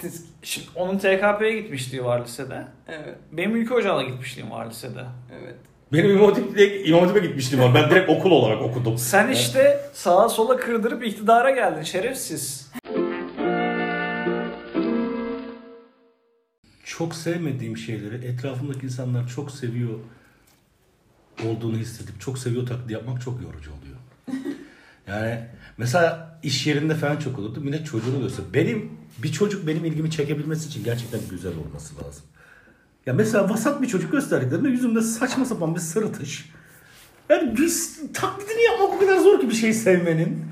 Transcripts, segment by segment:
siz Şimdi onun TKP'ye gitmişliği var lisede. evet Benim ülke ocağına gitmişliğim var lisede. evet. Benim İmam Hatip'e İmam Hatip'e gitmiştim ama ben direkt okul olarak okudum. Sen işte sağa sola kırdırıp iktidara geldin şerefsiz. Çok sevmediğim şeyleri etrafımdaki insanlar çok seviyor olduğunu hissedip çok seviyor taklidi yapmak çok yorucu oluyor. Yani mesela iş yerinde falan çok olurdu. Yine çocuğun oluyorsa benim bir çocuk benim ilgimi çekebilmesi için gerçekten güzel olması lazım. Ya mesela vasat bir çocuk gösterdiklerinde yüzümde saçma sapan bir sırıtış. Yani düz taklidini yapmak o kadar zor ki bir şey sevmenin.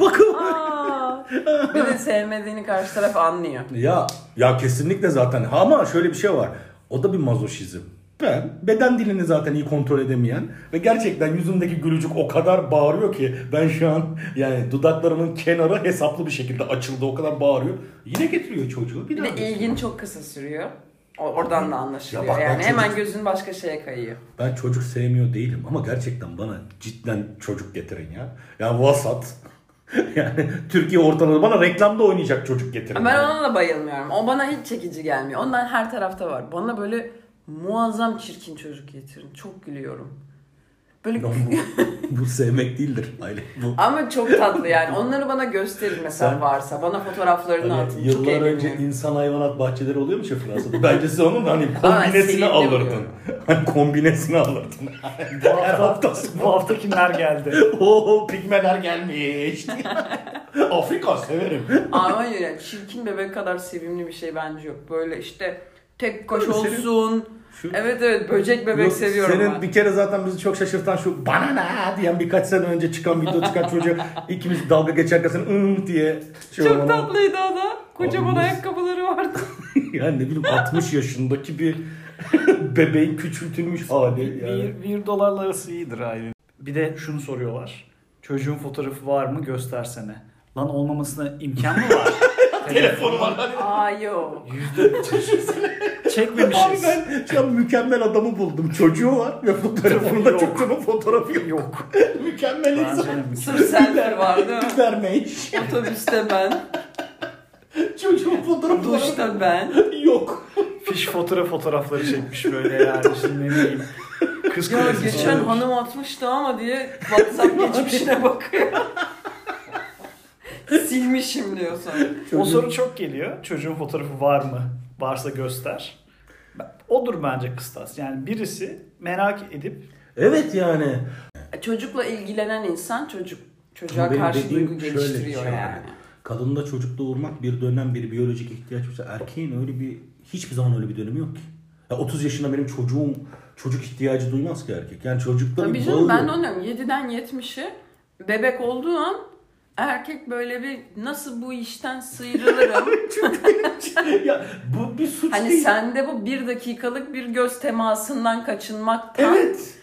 Bakın. Aa, bir de sevmediğini karşı taraf anlıyor. Ya ya kesinlikle zaten Ha, ama şöyle bir şey var. O da bir mazoşizm. Ben beden dilini zaten iyi kontrol edemeyen ve gerçekten yüzümdeki gülücük o kadar bağırıyor ki ben şu an yani dudaklarımın kenarı hesaplı bir şekilde açıldı o kadar bağırıyor. Yine getiriyor çocuğu. Bir daha de ilgin çok kısa sürüyor. O- Oradan da anlaşılıyor. Ya bak ben yani çocuk- hemen gözün başka şeye kayıyor. Ben çocuk sevmiyor değilim ama gerçekten bana cidden çocuk getirin ya. Ya vasat. yani Türkiye ortalığı bana reklamda oynayacak çocuk getirin. Ben yani. ona da bayılmıyorum. O bana hiç çekici gelmiyor. Ondan her tarafta var. Bana böyle muazzam çirkin çocuk getirin. Çok gülüyorum. Böyle Ya bu, bu sevmek değildir. Aile bu. ama çok tatlı yani. Onları bana gösterin mesela Sen- varsa. Bana fotoğraflarını Hani atın. Çok yıllar önce eğleniyorum. insan hayvanat bahçeleri oluyormuş ya Fransa'da. Bence sen onun hani sinirli kombinesini alırdın. oluyorum. Hani kombinesini alırdın. Bu Her hafta, hafta bu hafta kimler geldi? ooo pigmeler gelmiş. Afrika severim. Ama hayır yani çirkin bebek kadar sevimli bir şey bence yok. Böyle işte tek kaş Değil mi? Senin- olsun. Şu- Evet evet böcek bebek Yok, seviyorum Senin ben. bir kere zaten bizi çok şaşırtan şu banana diyen birkaç sene önce çıkan video çıkan çocuğa ikimiz dalga geçerken sen ım diye şey Çok olmana- tatlıydı o da. Kocaman Abi, ayakkabıları vardı. yani ne bileyim 60 yaşındaki bir bebeğin küçültülmüş hali. Yani. Bir, bir dolarla arası iyidir ailenin. Bir de şunu soruyorlar. Çocuğun fotoğrafı var mı göstersene. Lan olmamasına imkan mı var? Telefonu var. Aa yok. Abi Çekmemişiz. ben şu an mükemmel adamı buldum. Çocuğu var ve fotoğrafında Yok. çocuğun fotoğrafı yok. Yok. mükemmel Bence insan. de mükemmel. Sırf selfie vardı. Vermeyiş. Otobüste ben, Çocuğun fotoğrafı duşta ben. yok. Fiş fotoğraf fotoğrafları çekmiş böyle yani. Şimdi ne bileyim. Kız Ya kulesi geçen fotoğrafı. hanım atmıştı ama diye WhatsApp geçmişine bakıyor. Silmişim diyor sonra. O soru çok geliyor. Çocuğun fotoğrafı var mı? Varsa göster. Ben- Odur bence kıstas. Yani birisi merak edip Evet yani. Çocukla ilgilenen insan çocuk çocuğa Benim karşı dediğim duygu şöyle geliştiriyor şey yani. Kadında çocuk doğurmak bir dönem bir biyolojik ihtiyaç yoksa erkeğin öyle bir hiçbir zaman öyle bir dönemi yok ki. Ya 30 yaşında benim çocuğum çocuk ihtiyacı duymaz ki erkek. Yani çocukta Tabii bir bağı canım ben de yok. onu diyorum. 7'den 70'i bebek olduğu an erkek böyle bir nasıl bu işten sıyrılırım. ya bu bir suç hani değil. sende bu bir dakikalık bir göz temasından kaçınmaktan Evet.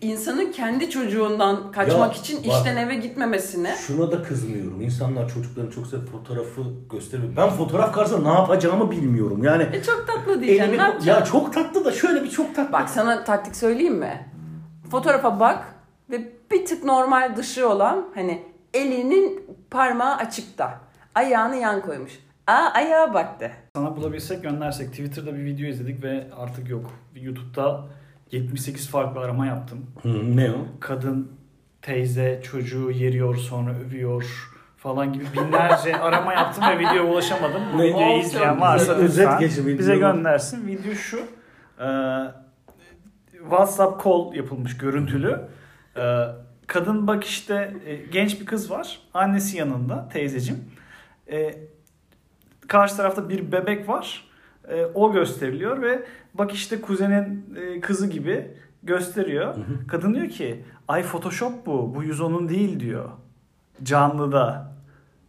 insanın kendi çocuğundan kaçmak Ya, için bak. işten eve gitmemesine Şuna da kızmıyorum. İnsanlar çocukların çok sev fotoğrafı gösteriyor. Ben fotoğraf karşısında ne yapacağımı bilmiyorum. Yani e çok tatlı diyeceğim. elimi... Ne yapacaksın? Ya çok tatlı da şöyle bir çok tatlı. Bak sana taktik söyleyeyim mi? Fotoğrafa bak ve bir tık normal dışı olan hani elinin parmağı açıkta. Ayağını yan koymuş. Aa ayağa bak de. sana bulabilsek göndersek. Twitter'da bir video izledik ve artık yok. YouTube'da 78 farklı arama yaptım. Hı, ne o? kadın teyze çocuğu yeriyor sonra övüyor falan gibi binlerce arama yaptım ve videoya ulaşamadım. Bu Ne? videoyu Olsun. izleyen varsa Özet lütfen geçin video. bize göndersin. Video şu. e, WhatsApp call yapılmış görüntülü. E, kadın bak işte e, genç bir kız var. Annesi yanında teyzecim. E, karşı tarafta bir bebek var. E, o gösteriliyor ve bak işte kuzenin e, kızı gibi gösteriyor. Kadın diyor ki ay photoshop bu. Bu yüz onun değil diyor. Canlıda.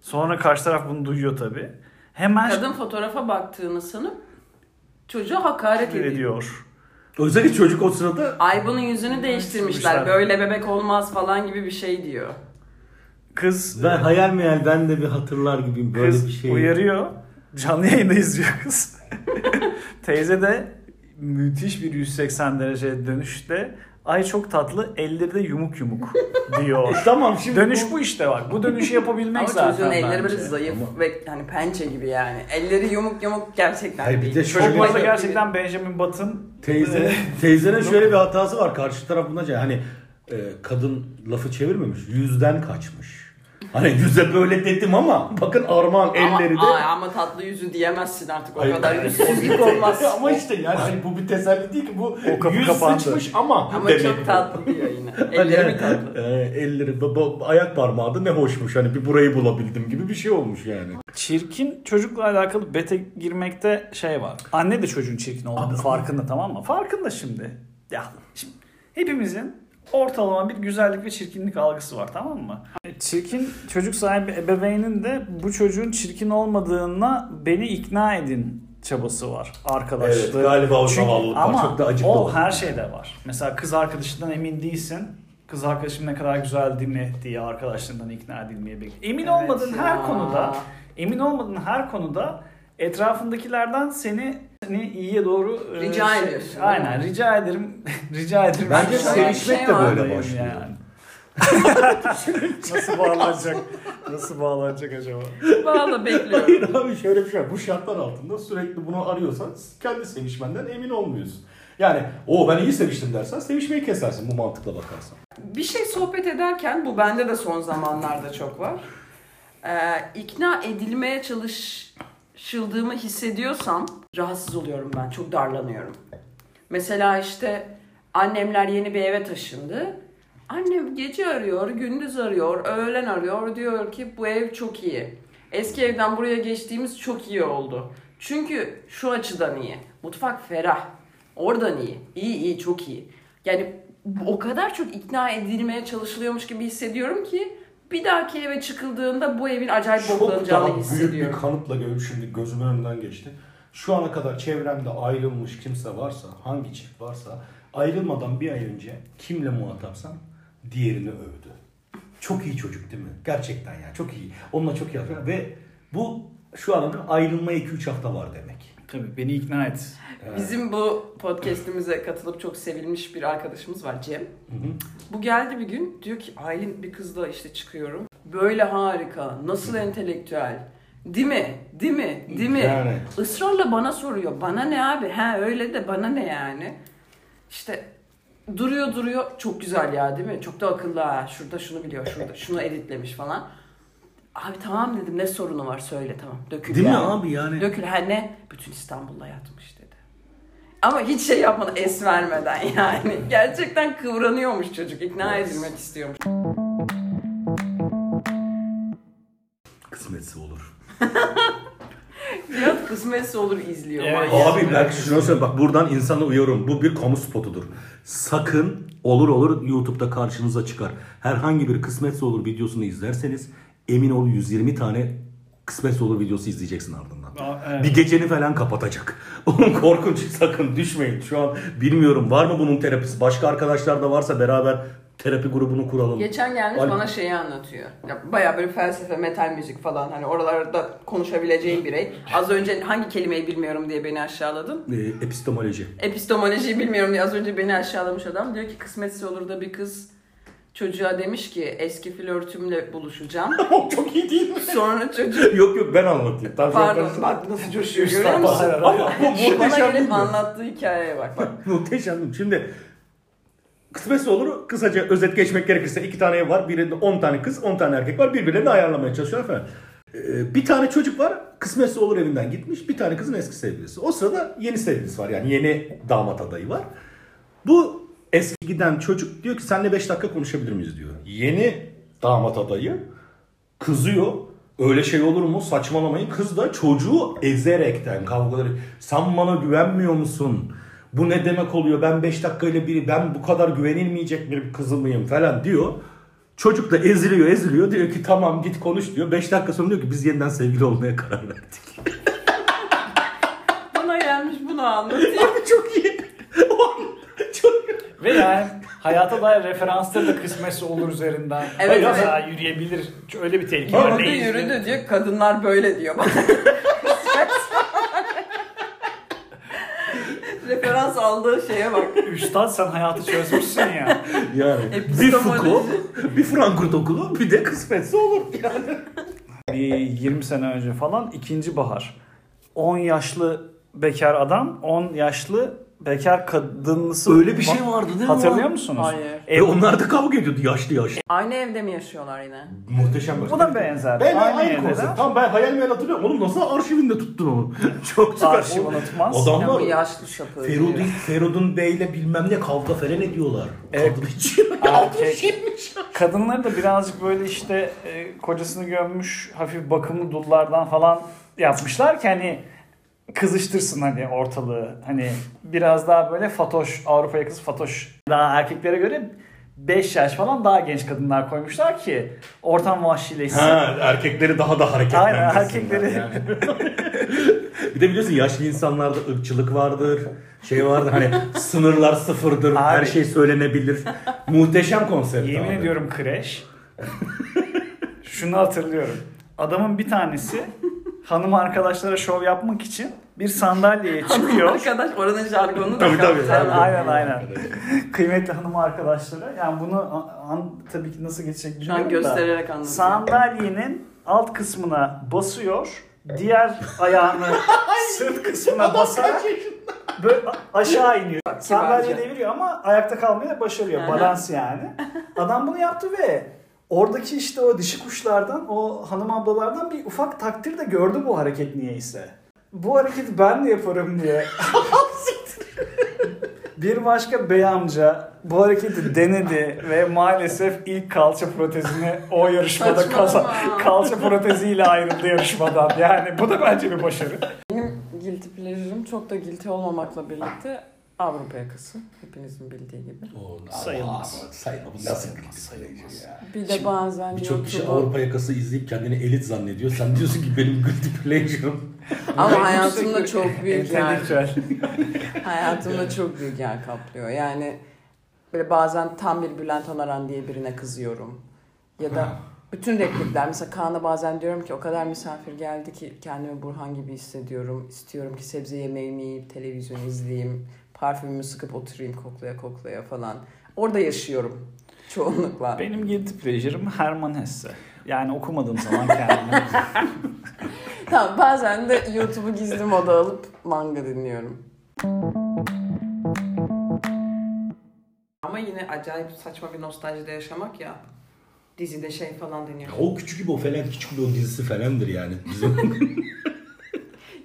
Sonra karşı taraf bunu duyuyor tabi. Hemen Kadın fotoğrafa baktığını sanıp çocuğa hakaret şöyle ediyor. diyor. Özellikle çocuk o sırada Ay bunun yüzünü değiştirmişler. Değiştirmişler. Böyle bebek olmaz falan gibi bir şey diyor. Kız e, ben hayal meyal ben de bir hatırlar gibiyim böyle kız bir şey. uyarıyor. Canlı yayında izliyor kız. Teyze de müthiş bir 180 derece dönüşte Ay çok tatlı, elleri de yumuk yumuk diyor. Tamam şimdi Dönüş bu işte bak. Bu dönüşü yapabilmek Ama zaten çocuğun bence. elleri böyle zayıf Ama- ve hani pençe gibi yani. Elleri yumuk yumuk gerçekten Hayır, bir şey değil. de Çok şöyle- Çocuk bu arada bayık gerçekten Benjamin Button Teyze, teyzenin şöyle bir hatası var. Karşı taraf buna ce- hani e, kadın lafı çevirmemiş. Yüzden kaçmış. Hani yüze böyle dedim ama bakın Armağan Ama, elleri de. ay, ama tatlı yüzü diyemezsin artık o Ay, kadar ay, yüzsüzlük olmaz. ama işte yani hani bu bir teselli değil ki bu O kapı yüz kapandı. sıçmış ama, Ama Demek çok ki. tatlı diyor yine. Hani, Elleri mi tatlı? e, elleri, ba- ba- ayak parmağı da ne hoşmuş. Hani bir burayı bulabildim gibi bir şey olmuş yani. çirkin çocukla alakalı bete girmekte şey var. Anne de çocuğun çirkin olduğunu farkında tamam mı? Farkında şimdi. Ya şimdi hepimizin ortalama bir güzellik ve çirkinlik algısı var tamam mı? Çirkin çocuk sahibi ebeveynin de bu çocuğun çirkin olmadığına beni ikna edin çabası var arkadaşlığı. Evet, galiba o Çünkü- zavallılık var. ama Çok da acıklı o oldu. her şeyde var. Mesela kız arkadaşından emin değilsin. Kız arkadaşım ne kadar güzel değil mi diye arkadaşlarından ikna edilmeye bekliyor. Emin Evet olmadığın ya. her konuda emin olmadığın her konuda etrafındakilerden seni, seni iyiye doğru e, Rica şey- ediyorsun. Aynen rica ederim. rica ederim. Bence Rica sevişmek şey de var böyle ederim başlıyor. yani. Nasıl bağlanacak? Nasıl bağlanacak acaba? Valla bekliyorum. Hayır abi şöyle bir şey var. Bu şartlar altında sürekli bunu arıyorsan kendi sevişmenden emin olmuyorsun. Yani o ben iyi seviştim dersen sevişmeyi kesersin bu mantıkla bakarsan. Bir şey sohbet ederken bu bende de son zamanlarda çok var. Ee, ikna edilmeye çalışıldığımı hissediyorsam rahatsız oluyorum ben. Çok darlanıyorum. Mesela işte annemler yeni bir eve taşındı. Annem gece arıyor, gündüz arıyor, öğlen arıyor. Diyor ki bu ev çok iyi. Eski evden buraya geçtiğimiz çok iyi oldu. Çünkü şu açıdan iyi. Mutfak ferah. Oradan iyi. İyi iyi çok iyi. Yani o kadar çok ikna edilmeye çalışılıyormuş gibi hissediyorum ki bir dahaki eve çıkıldığında bu evin acayip Çok daha boklanacağını büyük bir hissediyorum. kanıtla görüp şimdi gözümün önünden geçti. Şu ana kadar çevremde ayrılmış kimse varsa, hangi çift varsa ayrılmadan bir ay önce kimle muhatapsam diğerini övdü. Çok iyi çocuk değil mi? Gerçekten ya çok iyi. Onunla çok iyi. arkadaş- Ve bu şu an ayrılmaya 2-3 hafta var demek. Tabii beni ikna et. Bizim bu podcast'imize katılıp çok sevilmiş bir arkadaşımız var Cem. Hı hı. Bu geldi bir gün diyor ki Aylin bir kızla işte çıkıyorum. Böyle harika, nasıl entelektüel. Değil mi? Değil mi? Değil mi? Yani. Israrla bana soruyor. Bana ne abi? Ha öyle de bana ne yani? İşte duruyor duruyor. Çok güzel ya değil mi? Çok da akıllı ha. Şurada şunu biliyor, şurada şunu editlemiş falan. Abi tamam dedim ne sorunu var söyle tamam. Dökül Değil mi yani. abi yani? Dökül her ne? Bütün İstanbul'da yatmış dedi. Ama hiç şey yapmadan es vermeden yani. Gerçekten kıvranıyormuş çocuk. ikna edilmek istiyormuş. Kısmetse olur. Biraz kısmetse olur izliyor. Evet. manyak. Abi belki şunu söyleyeyim bak buradan insana uyarım. Bu bir kamu spotudur. Sakın olur olur YouTube'da karşınıza çıkar. Herhangi bir kısmetse olur videosunu izlerseniz emin ol 120 tane kısmetse olur videosu izleyeceksin ardından. Aa, evet. Bir geceni falan kapatacak. Onun korkunç sakın düşmeyin. Şu an bilmiyorum var mı bunun terapisi? Başka arkadaşlar da varsa beraber terapi grubunu kuralım. Geçen gelmiş Al- bana şeyi anlatıyor. Ya bayağı böyle felsefe, metal müzik falan hani oralarda konuşabileceğim birey. Az önce hangi kelimeyi bilmiyorum diye beni aşağıladın. Ee, epistemoloji. Epistemolojiyi bilmiyorum diye az önce beni aşağılamış adam. Diyor ki kısmetse olur da bir kız çocuğa demiş ki eski flörtümle buluşacağım. çok iyi değil mi? Sonra çocuk yok yok ben anlatayım. Tamam, Pardon sen- bak nasıl coşuyor görüyor musun? Ama bu Şu bana muhteşem değil gelip mi? anlattığı hikayeye bak. bak. Muhteşem. Şimdi kısmetse olur kısaca özet geçmek gerekirse iki tane ev var. Birinde 10 tane kız 10 tane erkek var. Birbirlerini ayarlamaya çalışıyorlar falan. Ee, bir tane çocuk var kısmetse olur evinden gitmiş. Bir tane kızın eski sevgilisi. O sırada yeni sevgilisi var yani yeni damat adayı var. Bu eski giden çocuk diyor ki senle 5 dakika konuşabilir miyiz diyor. Yeni damat adayı kızıyor. Öyle şey olur mu? Saçmalamayın. Kız da çocuğu ezerekten kavgaları. Sen bana güvenmiyor musun? Bu ne demek oluyor? Ben 5 dakikayla biri ben bu kadar güvenilmeyecek bir kızı mıyım falan diyor. Çocuk da eziliyor eziliyor. Diyor ki tamam git konuş diyor. 5 dakika sonra diyor ki biz yeniden sevgili olmaya karar verdik. Bana gelmiş bunu anlatıyor. Abi çok iyi. O an çok Ve yani hayata dair referansları da kısmetse olur üzerinden. Evet, Hayır, evet. daha yürüyebilir. Öyle bir tehlike var. Orada Değil. yürüdü diyor kadınlar böyle diyor. Bak. Referans Oradan saldığı şeye bak. Üstad sen hayatı çözmüşsün ya. Yani bir Foucault, bir Frankfurt okulu, bir de kısmetse olur yani. Bir 20 sene önce falan ikinci bahar. 10 yaşlı bekar adam, 10 yaşlı bekar kadınlısı. Öyle bir şey vardı değil mi? Hatırlıyor musunuz? Hayır. E, E onlar da kavga ediyordu yaşlı yaşlı. Aynı evde mi yaşıyorlar yine? Muhteşem bir Bu da benzer. Ben aynı, Aynı yerlere. konsept. Tamam ben hayal meyal hatırlıyorum. Oğlum nasıl arşivinde tuttun onu? Çok süper. Arşiv unutmaz. Ya bu Adamlar yaşlı şapı. Ferud'un, Ferud'un Bey'le bilmem ne kavga falan ediyorlar. Evet. Kadın için. Erkek. şey, Kadınları da birazcık böyle işte e, kocasını gömmüş hafif bakımlı dullardan falan yapmışlar ki hani kızıştırsın hani ortalığı. Hani biraz daha böyle fatoş Avrupa yakası fatoş. Daha erkeklere göre 5 yaş falan daha genç kadınlar koymuşlar ki ortam vahşileşsin. Ha, erkekleri daha da hareketlendirsinler. Aynen, erkekleri. yani. bir de biliyorsun yaşlı insanlarda ırkçılık vardır. Şey vardır hani sınırlar sıfırdır. Her Abi. şey söylenebilir. Muhteşem konsept Yemin abi. ediyorum kreş. Şunu hatırlıyorum. Adamın bir tanesi hanım arkadaşlara şov yapmak için bir sandalyeye çıkıyor. Arkadaş oranın jargonu da Tabii, tabii, kaptan. tabii. aynen aynen. Kıymetli hanım arkadaşları. Yani bunu an, an- tabii ki nasıl geçecek Şu an bilmiyorum da. göstererek anlatıyor. Sandalyenin alt kısmına basıyor. Diğer ayağını sırt kısmına basarak böyle a- aşağı iniyor. Sandalye bence. deviriyor ama ayakta kalmayı da başarıyor. Aha. Balans yani. Adam bunu yaptı ve oradaki işte o dişi kuşlardan, o hanım ablalardan bir ufak takdir de gördü bu hareket niyeyse. Bu hareketi ben de yaparım diye. bir başka bey amca bu hareketi denedi ve maalesef ilk kalça protezini o yarışmada kazan, Saçmalama. kalça proteziyle ayrıldı yarışmadan. Yani bu da bence bir başarı. Benim guilty pleasure'ım çok da guilty olmamakla birlikte Avrupa yakası. Hepinizin bildiği gibi. Oo, ama- Sayılmaz. ama Sayılmaz. Bu Nasıl kritik sayılmaz ya. Bir de bazen Birçok kişi YouTube'u- Avrupa yakası izleyip kendini elit zannediyor. Sen diyorsun ki benim guilty pleasure'ım. Ama hayatımda çok büyük yer, Entelektüel. hayatımda çok büyük yer kaplıyor. Yani böyle bazen tam bir Bülent Onaran diye birine kızıyorum. Ya da bütün replikler. Mesela Kaan'a bazen diyorum ki o kadar misafir geldi ki kendimi Burhan gibi hissediyorum. İstiyorum ki sebze yemeğimi yiyip televizyon izleyeyim. Parfümümü sıkıp oturayım koklaya koklaya falan. Orada yaşıyorum çoğunlukla. Benim guilty pleasure'ım Herman Hesse. Yani okumadığım zaman kendimi. Tamam bazen de YouTube'u gizli moda alıp manga dinliyorum. Ama yine acayip saçma bir nostaljide yaşamak ya. Dizide şey falan Ya deniyor. O küçük gibi o falan küçük gibi o dizisi falandır yani. Bizim.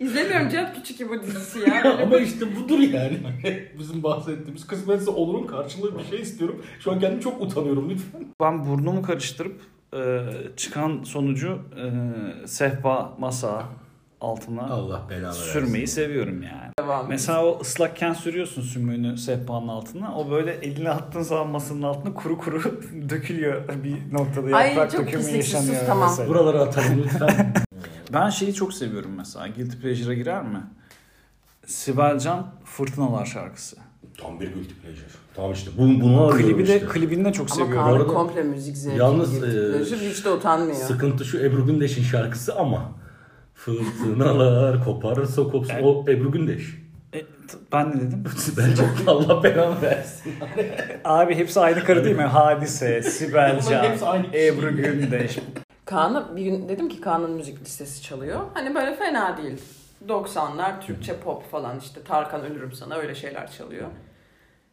İzlemiyorum Cihat Küçük gibi bu dizisi ya. Böyle Ama işte budur yani. Bizim bahsettiğimiz kısmetse olurun karşılığı bir şey istiyorum. Şu an kendimi çok utanıyorum lütfen. ben burnumu karıştırıp e, çıkan sonucu e, sehpa masa altına Allah belanı versin. sürmeyi seviyorum yani. devam. Mesela o ıslakken sürüyorsun sümüğünü sehpanın altına. O böyle elini attığın zaman masanın altına kuru kuru dökülüyor bir noktada. Ay, Yaprak çok dökümü pislik, sus, yaşanıyor sus, tamam. mesela. Buralara atalım lütfen. Ben şeyi çok seviyorum mesela. Guilty Pleasure'a girer mi? Sibel Can Fırtınalar şarkısı. Tam bir guilty pleasure. Tamam işte bu, bunu arıyorum Klibi de, işte. klibini de çok Ama seviyorum. Kaan'ın arada- komple müzik zevki. Yalnız, Yalnız e, hiç de utanmıyor. Sıkıntı şu Ebru Gündeş'in şarkısı ama. Fırtınalar koparırsa kopsun. Evet. O Ebru Gündeş. E, t- ben ne dedim? Bence Allah belanı versin. Abi hepsi aynı karı değil mi? Hadise, Sibel Bunların Can, hepsi aynı kişi. Ebru Gündeş. Kaan'a bir gün dedim ki Kaan'ın müzik listesi çalıyor. Hani böyle fena değil. 90'lar Türkçe pop falan işte Tarkan ölürüm sana öyle şeyler çalıyor.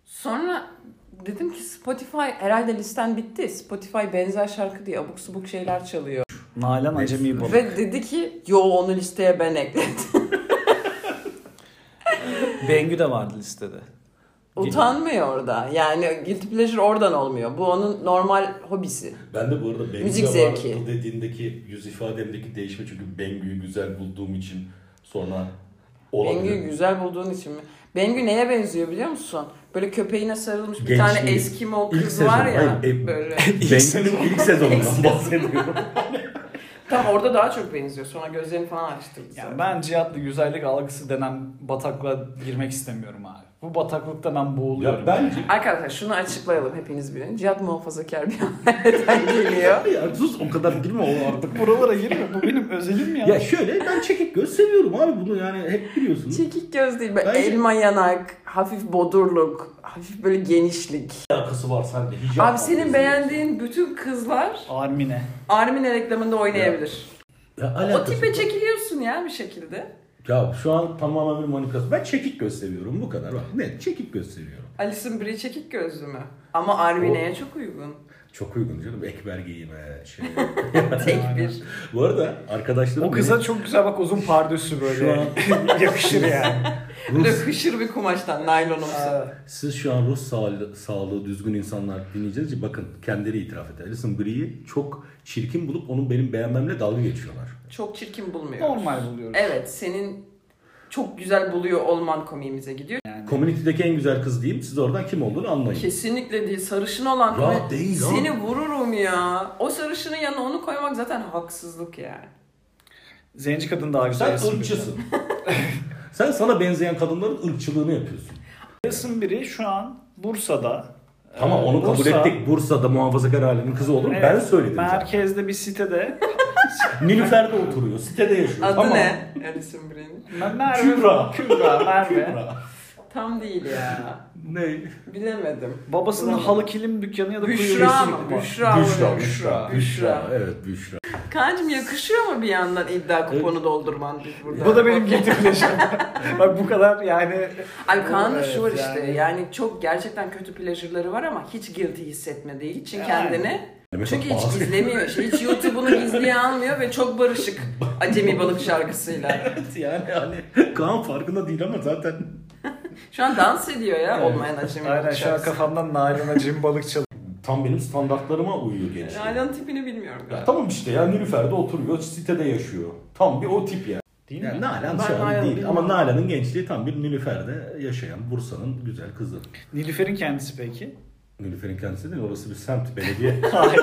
Sonra dedim ki Spotify herhalde listen bitti. Spotify benzer şarkı diye abuk subuk şeyler çalıyor. Nalan Acemi Balık. Ve dedi ki yo onu listeye ben ekledim. Bengü de vardı listede. Utanmıyor orada. Yani guilty pleasure oradan olmuyor. Bu onun normal hobisi. Ben de bu arada Bengü Müzik Müzik zevki. dediğindeki yüz ifademdeki değişme çünkü Bengü'yü güzel bulduğum için sonra Bengü olabilir. güzel bulduğun için mi? Bengü neye benziyor biliyor musun? Böyle köpeğine sarılmış bir Gençliği. tane Eskimo İlk kız sezon. var ya. Hayır, e- böyle. Bengü'nün ilk sezonundan bahsediyorum. Tam orada daha çok benziyor. Sonra gözlerini falan açtırdı. Yani zaten. ben cihatlı güzellik algısı denen bataklığa girmek istemiyorum abi. Bu bataklıkta ben boğuluyorum. Ya bence Arkadaşlar şunu açıklayalım hepiniz bilin. Cihat muhafazakar bir aileden geliyor. Ya sus o kadar girme o artık. Buralara girme. Bu benim özelim ya. Ya şöyle ben çekik göz seviyorum abi bunu yani hep biliyorsun. Çekik göz değil. Böyle Bence- Elma yanak, hafif bodurluk, hafif böyle genişlik. alakası var sende. Hicap Abi senin alakası. beğendiğin bütün kızlar Armine. Armin reklamında oynayabilir. Ya O alakası tipe yok. çekiliyorsun ya bir şekilde. Ya şu an tamamen bir manipülasyon. Ben çekik göz seviyorum bu kadar. Bak net çekik göz seviyorum. Alison Brie çekik gözlü mü? Ama Armine'ye çok uygun. Çok uygun canım ekber giyime şey. Tek bir. bu arada arkadaşlarım O kıza çok güzel bak uzun pardösü böyle. Yakışır yani. beni Rus, Böyle hışır bir kumaştan, naylonumsu. siz şu an ruh sağlığı, sağlığı düzgün insanlar dinleyeceğiz ki bakın kendileri itiraf etti. Alison Brie'yi çok çirkin bulup onun benim beğenmemle dalga geçiyorlar. Çok çirkin bulmuyoruz. Normal buluyorum. Evet senin çok güzel buluyor olman komiğimize gidiyor. Community'deki en güzel kız diyeyim siz oradan kim olduğunu anlayın. Kesinlikle değil. Sarışın olan Ya koy- değil lan. seni vururum ya. O sarışının yanına onu koymak zaten haksızlık yani. Zenci kadın daha güzel. Sen ırkçısın. Sen sana benzeyen kadınların ırkçılığını yapıyorsun. Yasın biri şu an Bursa'da. Tamam Ee, onu kabul Bursa- ettik. Bursa'da muhafazakar ailenin kızı olur. Evet, ben söyledim. zaten. Merkezde bir sitede. Nilüfer'de oturuyor. Sitede yaşıyor. Adı Tamam. ne? Alison Brie'nin. Merve. Kübra. Kübra. Merve. Tam değil ya. Ne? Bilemedim. Babasının halı kilim dükkanı ya da Büşra mı? kuyucusu. Büşra mı? Büşra, Büşra. Büşra, Büşra. Evet Büşra. Kaan'cığım yakışıyor mu bir yandan iddia kuponu doldurman biz burada? Bu da benim getirdiğim şey. Bak bu kadar yani. Ay Kaan'da Evet, şu var işte yani. yani. çok gerçekten kötü pleasure'ları var ama hiç guilty hissetmediği için Yani. kendini Hani Mesela çünkü hiç bazı- gizlemiyor. işte. Hiç YouTube'unu gizliye almıyor ve çok barışık Acemi Balık şarkısıyla. Evet yani hani Kaan farkında değil ama zaten Şu an dans ediyor ya olmayan Acemi Aynen Balık şu an şarkısı. kafamdan naylona cim balık çalıyor. tam benim standartlarıma uyuyor genç. Nalan tipini bilmiyorum Ya galiba. tamam işte ya Nilüfer'de oturuyor, sitede yaşıyor. Tam bir o tip yani. Değil mi? Yani Nalan Ben şu an Nalan'ı değil bilmiyorum. ama Nalan'ın gençliği tam bir Nilüfer'de yaşayan Bursa'nın güzel kızı. Nilüfer'in kendisi peki? Nilüfer'in kendisi değil orası bir semt belediye. Hayır.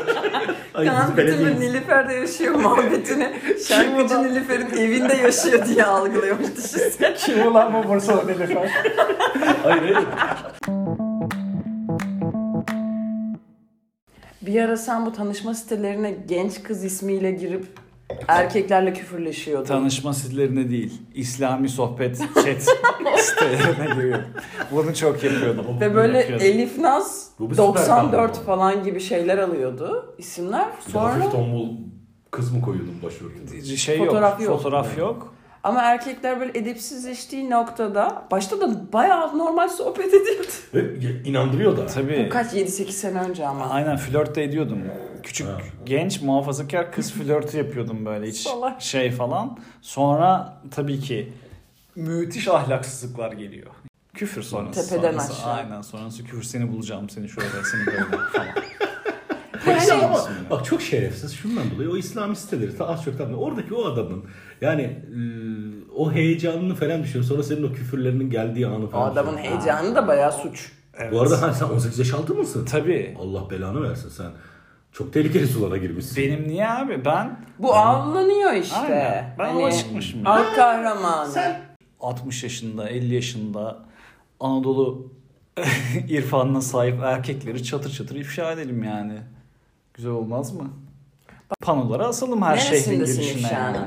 Ay, biz Kaan bütün belediyeyiz. bu Nilüfer'de yaşıyor muhabbetini. Şarkıcı Nilüfer'in evinde yaşıyor diye algılıyormuş düşünsene. Kim ulan bu Bursalı Nilüfer? Hayır hayır. Bir ara sen bu tanışma sitelerine genç kız ismiyle girip erkeklerle küfürleşiyordun. Tanışma sitelerine değil, İslami sohbet chat sitelerine giriyorum. Bunu çok yapıyordum. Ve böyle Yapıyordum. Elif Naz Bu bir süper 94 kahraman. falan gibi şeyler alıyordu isimler. Sonra Hafif tombul kız mı koyuyordun başörtüsü? şey Fotoğraf yok, yok. fotoğraf yok. ama erkekler böyle edepsizleştiği noktada başta da bayağı normal sohbet edildi. Ve inandırıyor da. Tabii. Bu kaç 7-8 sene önce ama. Aynen flört de ediyordum. Küçük Ha. genç muhafazakar kız flörtü yapıyordum böyle hiç Salak. şey falan. Sonra tabii ki müthiş ahlaksızlıklar geliyor. Küfür sonrası. Tepeden sonrası, aşağı. Aynen sonrası küfür seni bulacağım seni şöyle seni böyle falan. Yani- Şey Ama bak çok şerefsiz şundan dolayı o İslami siteleri ta az çok tabii oradaki o adamın yani e, o heyecanını falan düşünüyorum. Sonra senin o küfürlerinin geldiği anı O falan. adamın düşünüyorum. heyecanı da bayağı suç. Evet. Bu arada ha, sen 18 yaş altı mısın? Tabii. Allah belanı versin sen. Çok tehlikeli sulara girmişsin. Benim niye abi ben Bu avlanıyor işte. Hani Aynen. Ben yola çıkmışım. Al kahraman. 60 yaşında 50 yaşında Anadolu irfanına sahip erkekleri çatır çatır ifşa edelim yani. Güzel olmaz mı? Panolara asalım her şehrin Neresindesin girişine. ifşanın? yani.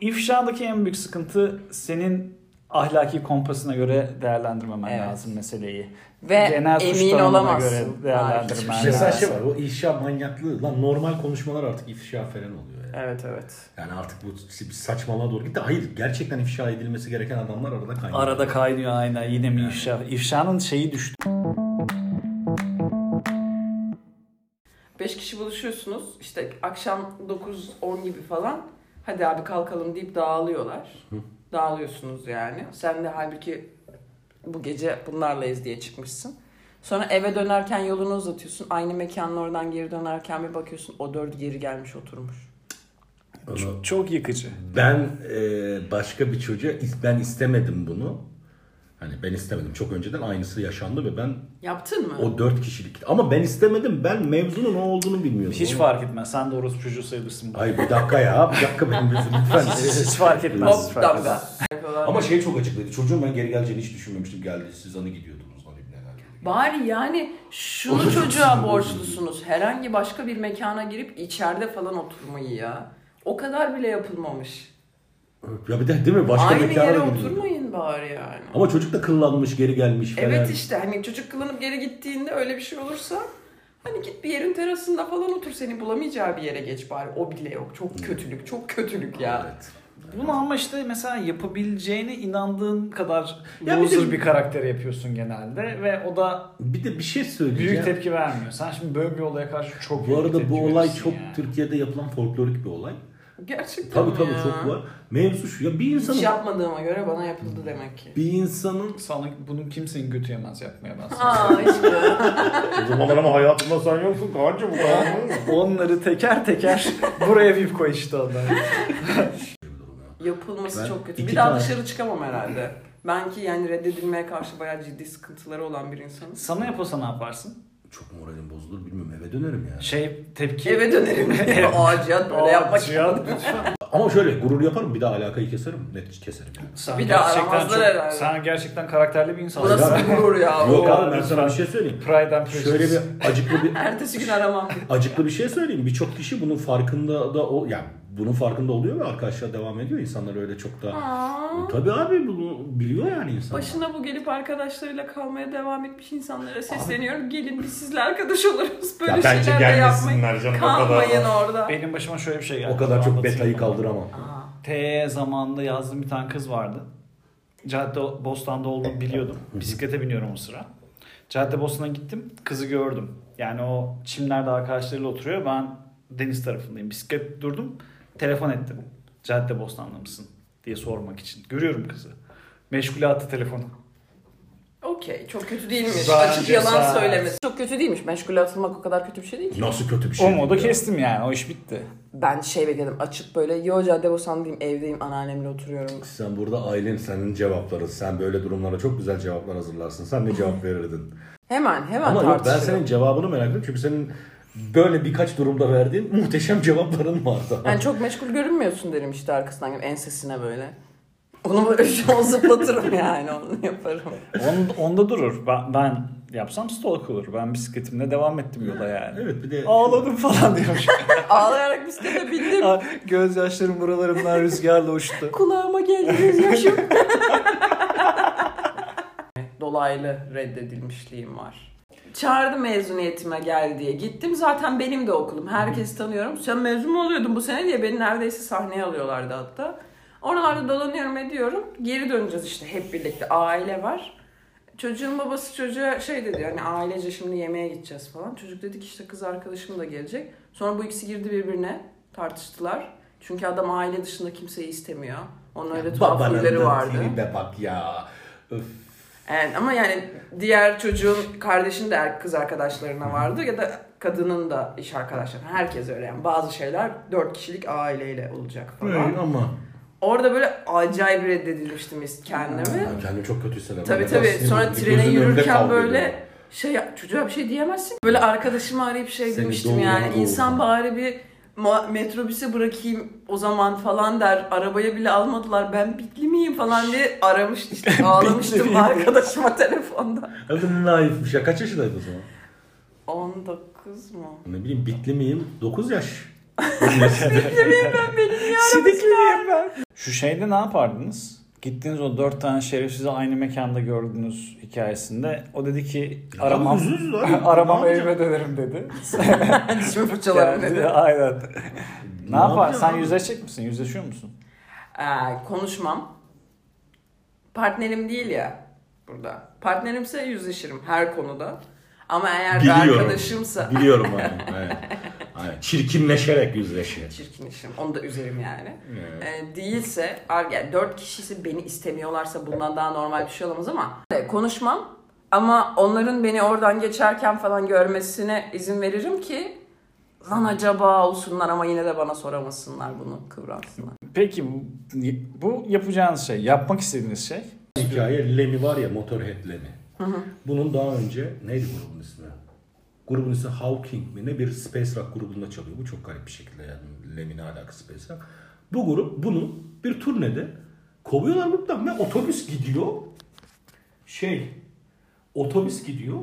İfşadaki en büyük sıkıntı senin ahlaki kompasına göre değerlendirmemen Evet. lazım meseleyi. Ve suç emin tanımına olamazsın. göre Hayır, hiçbir değerlendirmen şey. lazım. Mesela şey var o ifşa manyaklığı lan normal konuşmalar artık ifşa falan oluyor yani. Evet evet. Yani artık bu saçmalığa doğru gitti. Hayır gerçekten ifşa edilmesi gereken adamlar arada kaynıyor. Arada kaynıyor aynen yine mi ifşa? İfşanın şeyi düştü. 5 kişi buluşuyorsunuz. İşte akşam 9-10 gibi falan. Hadi abi kalkalım deyip dağılıyorlar. Dağılıyorsunuz yani. Sen de halbuki bu gece bunlarlayız diye çıkmışsın. Sonra eve dönerken yolunu uzatıyorsun. Aynı mekanın oradan geri dönerken bir bakıyorsun. O dört geri gelmiş oturmuş. Onu- Çok yıkıcı. Ben e, başka bir çocuğa is- ben istemedim bunu. Hani ben istemedim. Çok önceden aynısı yaşandı ve ben Yaptın mı? o dört kişilik. Ama ben istemedim. Ben mevzunun o olduğunu bilmiyordum. Hiç Onu- fark etmez. Sen de orospu çocuğu sayılırsın. Ay bir dakika ya. Bir dakika benim yüzüm lütfen. Hiç fark etmez. hiç Hop fark etmez. damga. Ama şey çok açıklayıcı. Çocuğun ben geri geleceğini hiç düşünmemiştim. Geldi siz hani gidiyordunuz. Hani neler dedi. Bari yani şunu çocuğa borçlusunuz. Herhangi başka bir mekana girip içeride falan oturmayı ya. O kadar bile yapılmamış. Ya bir de değil mi? Başka Aynı mekana yere gidiyordu. oturmayın bari yani. Ama çocuk da kıllanmış geri gelmiş falan. Evet işte hani çocuk kılınıp geri gittiğinde öyle bir şey olursa hani git bir yerin terasında falan otur seni bulamayacağı bir yere geç bari. O bile yok. Hmm. Çok kötülük, çok kötülük ya. Evet. Bunu ama işte mesela yapabileceğine inandığın kadar Ya bir de- loser bir karakter yapıyorsun genelde ve o da Bir de bir şey söyleyeceğim. büyük tepki vermiyor. Sen şimdi böyle bir olaya karşı çok Bu büyük bir arada tepki bu olay verirsin çok yani. Türkiye'de yapılan folklorik bir olay. Gerçekten Tabii mi tabii ya? çok var. Hmm. Mevzu şu ya bir Hiç insanın yapmadığıma göre bana yapıldı demek ki. bir insanın Sana bunu kimsenin götü yemez yapmaya ben sana. Aa işte. O zamanlar ama hayatımda sen yoksun kanka bu kadar mı? Onları teker teker buraya bir koy işte onları. Yapılması Ben çok kötü. iki Bir daha tane- dışarı çıkamam herhalde. Ben ki yani reddedilmeye karşı bayağı ciddi sıkıntıları olan bir insanım. Sana yapılsa ne yaparsın? çok moralim bozulur bilmiyorum eve dönerim yani. Şey tepki... Eve dönerim. Ağaca böyle yapmak. Cihan, Ama şöyle gurur yaparım bir daha alakayı keserim net keserim yani. Sen Bir daha gerçekten aramazlar çok- herhalde. Sen gerçekten karakterli bir insansın. Bu nasıl bir gurur ya? Yok o- abi ben sana bir şey söyleyeyim. Pride and Prejudice. Şöyle bir acıklı bir Ertesi gün aramam. acıklı bir şey söyleyeyim. Birçok kişi bunun farkında da o yani bunun farkında oluyor ve arkadaşlar devam ediyor. İnsanlar öyle çok da Aa, Tabii abi bunu biliyor yani insanlar. Başına bu gelip arkadaşlarıyla kalmaya devam etmiş insanlara sesleniyorum. Gelin biz sizle arkadaş oluruz. Böyle Ya bence şeyler de yapmayın. gelmesinler canım, o kadar Kalmayın da. orada. Benim başıma şöyle bir şey geldi. O kadar çok Anlatayım betayı ben. kaldıramam. Aa, T zamanında yazdığım bir tane kız vardı. Cadde Bostan'da olduğunu biliyordum. Bisiklete biniyorum o sıra. Cadde Bostan'a gittim. Kızı gördüm. Yani o çimlerde arkadaşlarıyla oturuyor. Ben deniz tarafındayım. Bisiklet durdum. Telefon ettim. Cadde Bostan'da mısın? diye sormak için. Görüyorum kızı. Meşgule attı telefonu. Okey. Çok kötü değilmiş. Zaten Açık yalan cesaret. söylemesi. Çok kötü değilmiş. Meşgule atılmak o kadar kötü bir şey değil ki. Nasıl kötü bir şey. O moda değil ya. kestim yani. O iş bitti. Ben şey bekledim. Açıp böyle yo cadde boşandayım evdeyim anneannemle oturuyorum. Sen burada ailen senin cevapları. Sen böyle durumlara çok güzel cevaplar hazırlarsın. Sen ne cevap verirdin? Hemen hemen Ama yok ben tartışıyorum. senin cevabını merak ediyorum. Çünkü senin böyle birkaç durumda verdiğin muhteşem cevapların vardı. Yani çok meşgul görünmüyorsun derim işte arkasından gibi ensesine böyle. Onu böyle şu an zıplatırım yani onu yaparım. Onda, onda durur. Ben, ben yapsam stalk olur. Ben bisikletimle devam ettim yola yani. Evet bir de Ağladım falan diyormuş. Ağlayarak bisiklete bindim. Gözyaşlarım buralarımdan rüzgarla uçtu. Kulağıma geldi yaşım. Dolaylı reddedilmişliğim var. Çağırdı mezuniyetime gel diye. Gittim zaten benim de okulum. Herkes tanıyorum. Sen mezun mu oluyordun bu sene diye beni neredeyse sahneye alıyorlardı hatta. Oralarda dolanıyorum ediyorum. Geri döneceğiz işte hep birlikte. Aile var. Çocuğun babası çocuğa şey dedi hani ailece şimdi yemeğe gideceğiz falan. Çocuk dedi ki işte kız arkadaşım da gelecek. Sonra bu ikisi girdi birbirine tartıştılar. Çünkü adam aile dışında kimseyi istemiyor. Onun öyle tuhaf babanın huyları da şey. vardı. tribe bak ya. Öf. Evet, ama yani diğer çocuğun kardeşin de er- kız arkadaşlarına vardı ya da kadının da iş arkadaşları. Herkes öyle yani. Bazı şeyler dört kişilik aileyle olacak falan. Öyle ama. Orada böyle acayip reddedilmiştim kendimi. Ben kendimi çok kötü hissederim. Tabii Ben tabii. aslında Sonra gözünün trene önünde yürürken kavga böyle ediyorum. şey çocuğa bir şey diyemezsin. Böyle arkadaşımı arayıp şey Seni demiştim doğru yani yola doğru. insan bari bir ma- metrobüse bırakayım o zaman falan der. Arabaya bile almadılar. Ben bitli miyim falan diye aramış işte ağlamıştım miyim? arkadaşıma telefonda. Öyle naifmiş ya. Kaç yaşındaydı o zaman? 19 mu? Ne bileyim bitli miyim? 9 yaş. Sidikliyim ben. Şu şeyde ne yapardınız? Gittiniz o dört tane şerefsizi aynı mekanda gördünüz hikayesinde. O dedi ki aramam, abi üzülürüz abi. aramam Ne evime dönerim dedi. Ben dişimi fırçalarım Yani, dedi. Aynen. Ne, yapar? yapacaksın Sen abi? yüzleşecek misin? Yüzleşiyor musun? Ee, konuşmam. Partnerim değil ya burada. Partnerimse yüzleşirim her konuda. Ama eğer bir Biliyorum. arkadaşımsa Biliyorum abi. Evet. Aynen. Çirkinleşerek yüzleşir. çirkin işim. Onu da üzerim yani. Ee, değilse, ar- yani dört kişiyse beni istemiyorlarsa bundan daha normal bir şey olamaz ama e, konuşmam. Ama onların beni oradan geçerken falan görmesine izin veririm ki lan acaba olsunlar ama yine de bana soramasınlar bunu kıvransınlar. Peki bu- bu yapacağınız şey, yapmak istediğiniz şey hikaye Lemmy var ya Motorhead Lemmy. Bunun daha önce neydi grubun ismi? Grubun ismi Hawking mi ne bir space rock grubunda çalıyor. Bu çok garip bir şekilde yani Lemmy'nin alakası space rock. Bu grup bunu bir turnede kovuyorlar gruptan ve otobüs gidiyor. Şey otobüs gidiyor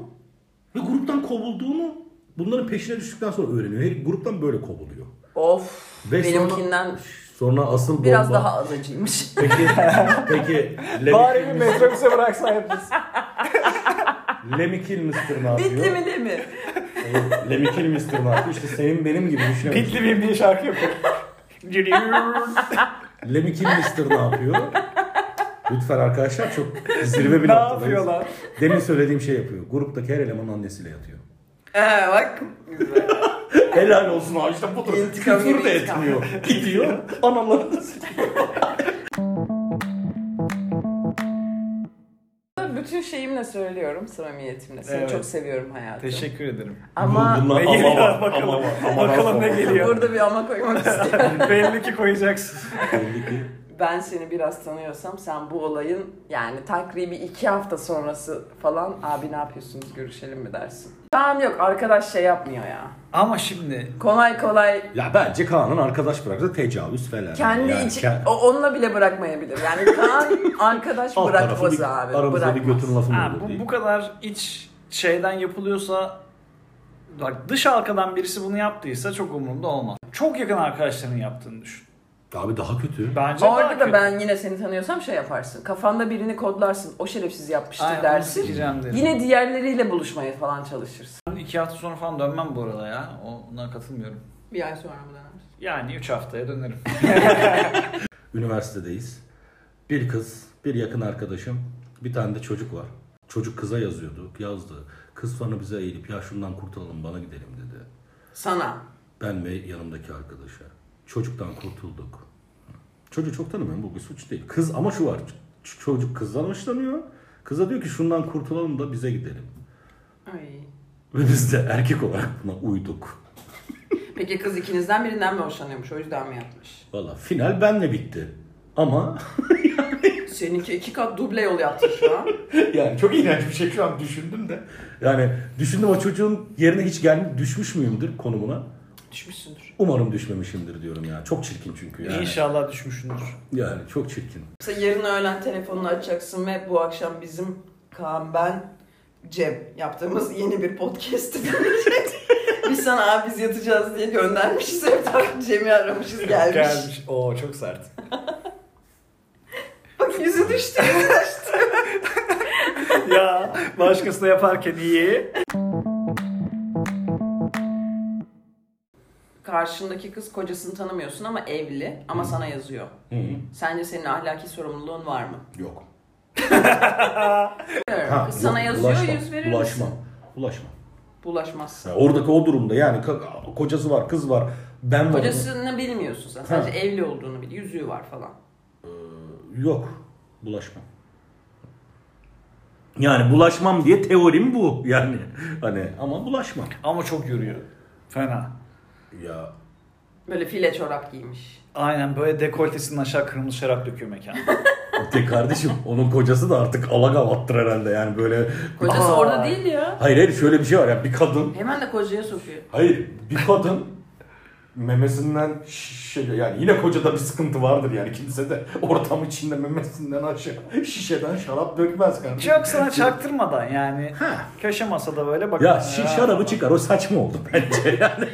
ve gruptan kovulduğunu bunların peşine düştükten sonra öğreniyor. Her gruptan böyle kovuluyor. Of. Ve sonra- benimkinden Sonra asıl biraz bomba. daha az acıymış. Peki, peki Lemmy Bari bir Kilmister- metrobüse bıraksaydınız. Lemmy Kilmister ne yapıyor? Bitti mi değil mi? Evet, Lemmy Kilmister ne yapıyor? İşte senin benim gibi düşünemez. Bitli miyim diye şarkı yapıyor. Lemmy Kilmister ne yapıyor? Lütfen arkadaşlar çok zirve bir ne noktadayız. yapıyorlar? Demin söylediğim şey yapıyor. Gruptaki her elemanın annesiyle yatıyor. Ee, bak. Güzel. Helal olsun abi işte budur. İntikam Küfür de yeri intikam. etmiyor. Gidiyor analarını Bütün şeyimle söylüyorum, samimiyetimle. Seni Evet. çok seviyorum hayatım. Teşekkür ederim. Ama Bunlar Ne ama geliyor var. bakalım. Ama var. Ama var. bakalım ne geliyor. burada bir ama koymak istiyorum. Belli ki koyacaksın. Belli ki ben seni biraz tanıyorsam sen bu olayın yani takribi iki hafta sonrası falan abi ne yapıyorsunuz görüşelim mi dersin. Tamam yok arkadaş şey yapmıyor ya. Ama şimdi Kolay kolay Ya bence Kaan'ın arkadaş bıraktığı tecavüz falan. kendi yani içi ke- o, onunla bile bırakmayabilir. Yani Kaan arkadaş Alt tarafı bırakmaz bir, abi. aramızda bir bırakmaz. götün lafı mı ha, olur bu, diye. bu kadar iç şeyden yapılıyorsa bak dış halkadan birisi bunu yaptıysa çok umurumda olmaz. Çok yakın arkadaşlarının yaptığını düşün. Abi daha kötü. Bence daha Orada da kötü. ben yine seni tanıyorsam şey yaparsın. Kafanda birini kodlarsın. O şerefsiz yapmıştır Aynen, onu dersin. sikeceğim derim. Yine diğerleriyle buluşmaya falan çalışırsın. Ben iki hafta sonra falan dönmem bu arada ya. Ona katılmıyorum. Bir ay sonra mı dönersin? Yani üç haftaya dönerim. Üniversitedeyiz. Bir kız, bir yakın arkadaşım, bir tane de çocuk var. Çocuk kıza yazıyordu, yazdı. Kız sonra bize eğilip ya şundan kurtulalım bana gidelim dedi. Sana. Ben ve yanımdaki arkadaşa. Çocuktan kurtulduk. Çocuğu çok tanımıyorum bu bir suç değil. Kız ama şu var. ç- Çocuk kızdan hoşlanıyor. Kıza diyor ki şundan kurtulalım da bize gidelim. Ay. Ve biz de erkek olarak buna uyduk. Peki kız ikinizden birinden mi hoşlanıyormuş? O yüzden mi yapmış? Valla final benle bitti. Ama Seninki iki kat duble yol yaptı şu an. yani çok iğrenç bir şey şu an düşündüm de. Yani düşündüm o çocuğun yerine hiç gelmiş düşmüş müyümdür konumuna? Düşmüşsündür. Umarım düşmemişimdir diyorum ya. Çok çirkin çünkü yani. İnşallah düşmüşsündür. Yani çok çirkin. Mesela yarın öğlen telefonunu açacaksın ve bu akşam bizim Kaan ben Cem yaptığımız yeni bir podcast'ı dinleyecek. biz sana abi biz yatacağız diye göndermişiz. Evden Cem'i aramışız gelmiş. Oo çok sert. Bak yüzü düştü. ya başkasına yaparken iyi. Karşındaki kız kocasını tanımıyorsun ama evli ama sana yazıyor. Sence senin ahlaki sorumluluğun var mı? Yok. Bilmiyorum. Ha, Kız yok. sana yazıyor Bulaşmam. yüz verir misin? Bulaşmam. Bulaşmam. Bulaşmazsın. Yani oradaki o durumda yani ka- kocası var, kız var. Ben varım. Kocasını bilmiyorsun sen. Sadece evli olduğunu bil. Yüzüğü var falan. Yok. Bulaşmam. Yani bulaşmam diye teorim bu yani. Hani ama bulaşmam. Ama çok yoruyor. Fena. Ya Böyle file çorap giymiş. Aynen böyle dekoltesinin aşağı kırmızı şarap döküyor mekan. de kardeşim onun kocası da artık alagavattır herhalde yani böyle. Kocası Aa. orada değil ya. Hayır hayır şöyle bir şey var ya bir kadın Hemen de kocaya sokuyor. Hayır bir kadın memesinden şişe yani yine kocada bir sıkıntı vardır yani kimse de ortam içinde memesinden aşağı şişeden şarap dökmez kardeşim. Çok sana çaktırmadan yani. Köşe masada böyle bak. Ya şi- şarabı çıkar o saçma oldu bence yani.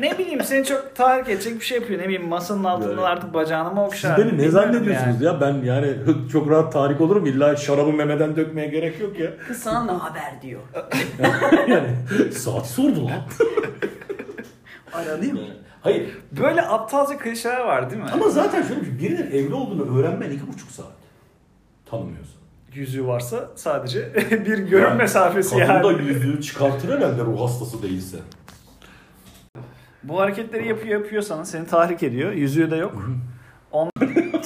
Ne bileyim seni çok tahrik edecek bir şey yapıyor. Ne bileyim masanın altından Böyle. artık bacağını mı Siz okşar? beni ne Bilmiyorum zannediyorsunuz yani. ya ben yani çok rahat tarih olurum illa şarabı memeden dökmeye gerek yok ya. Kız sana ne haber diyor. Yani saat sordu lan. Aranıyor. Hayır Böyle aptalca klişeler var değil mi? ama zaten şöyle bir şey birinin evli olduğunu öğrenmen iki buçuk saat. Tanımıyorsun. Yüzüğü varsa sadece bir görün mesafesi yani. Kadın da yüzüğü çıkartır herhalde ruh hastası değilse. Bu hareketleri yapıyor yapıyorsan seni tahrik ediyor. Yüzüğü de yok. On...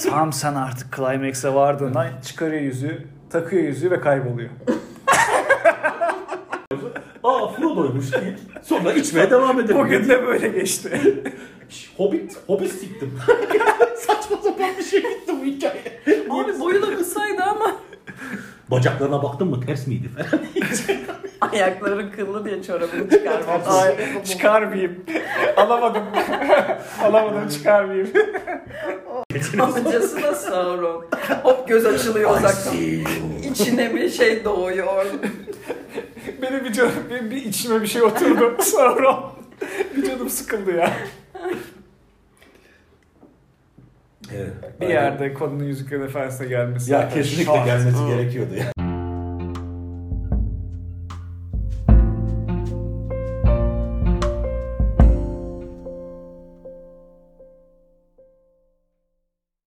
Tam sen artık Climax'e vardığında çıkarıyor yüzüğü, takıyor yüzüğü ve kayboluyor. Aa Frodo'ymuş deyip sonra içmeye devam edelim. Bugün de böyle geçti. Hobbit, Hobbit siktim. Saçma sapan bir şey gitti bu hikaye. Abi boyu da kısaydı ama. Bacaklarına baktın mı ters miydi falan. Ayakların kıllı diye çorabını çıkarmak. Ay, çıkarmayayım. Alamadım. Alamadım çıkarmayayım. Amcası da Sauron. Hop göz açılıyor uzaktan. İçine bir şey doğuyor. Benim bir, canım, benim bir içime bir şey oturdu. Sonra bir canım sıkıldı ya. Evet. Bir yerde konunun Yüzüklerin Efendisi'ne gelmesi. Ya zaten kesinlikle şart. gelmesi gerekiyordu ya.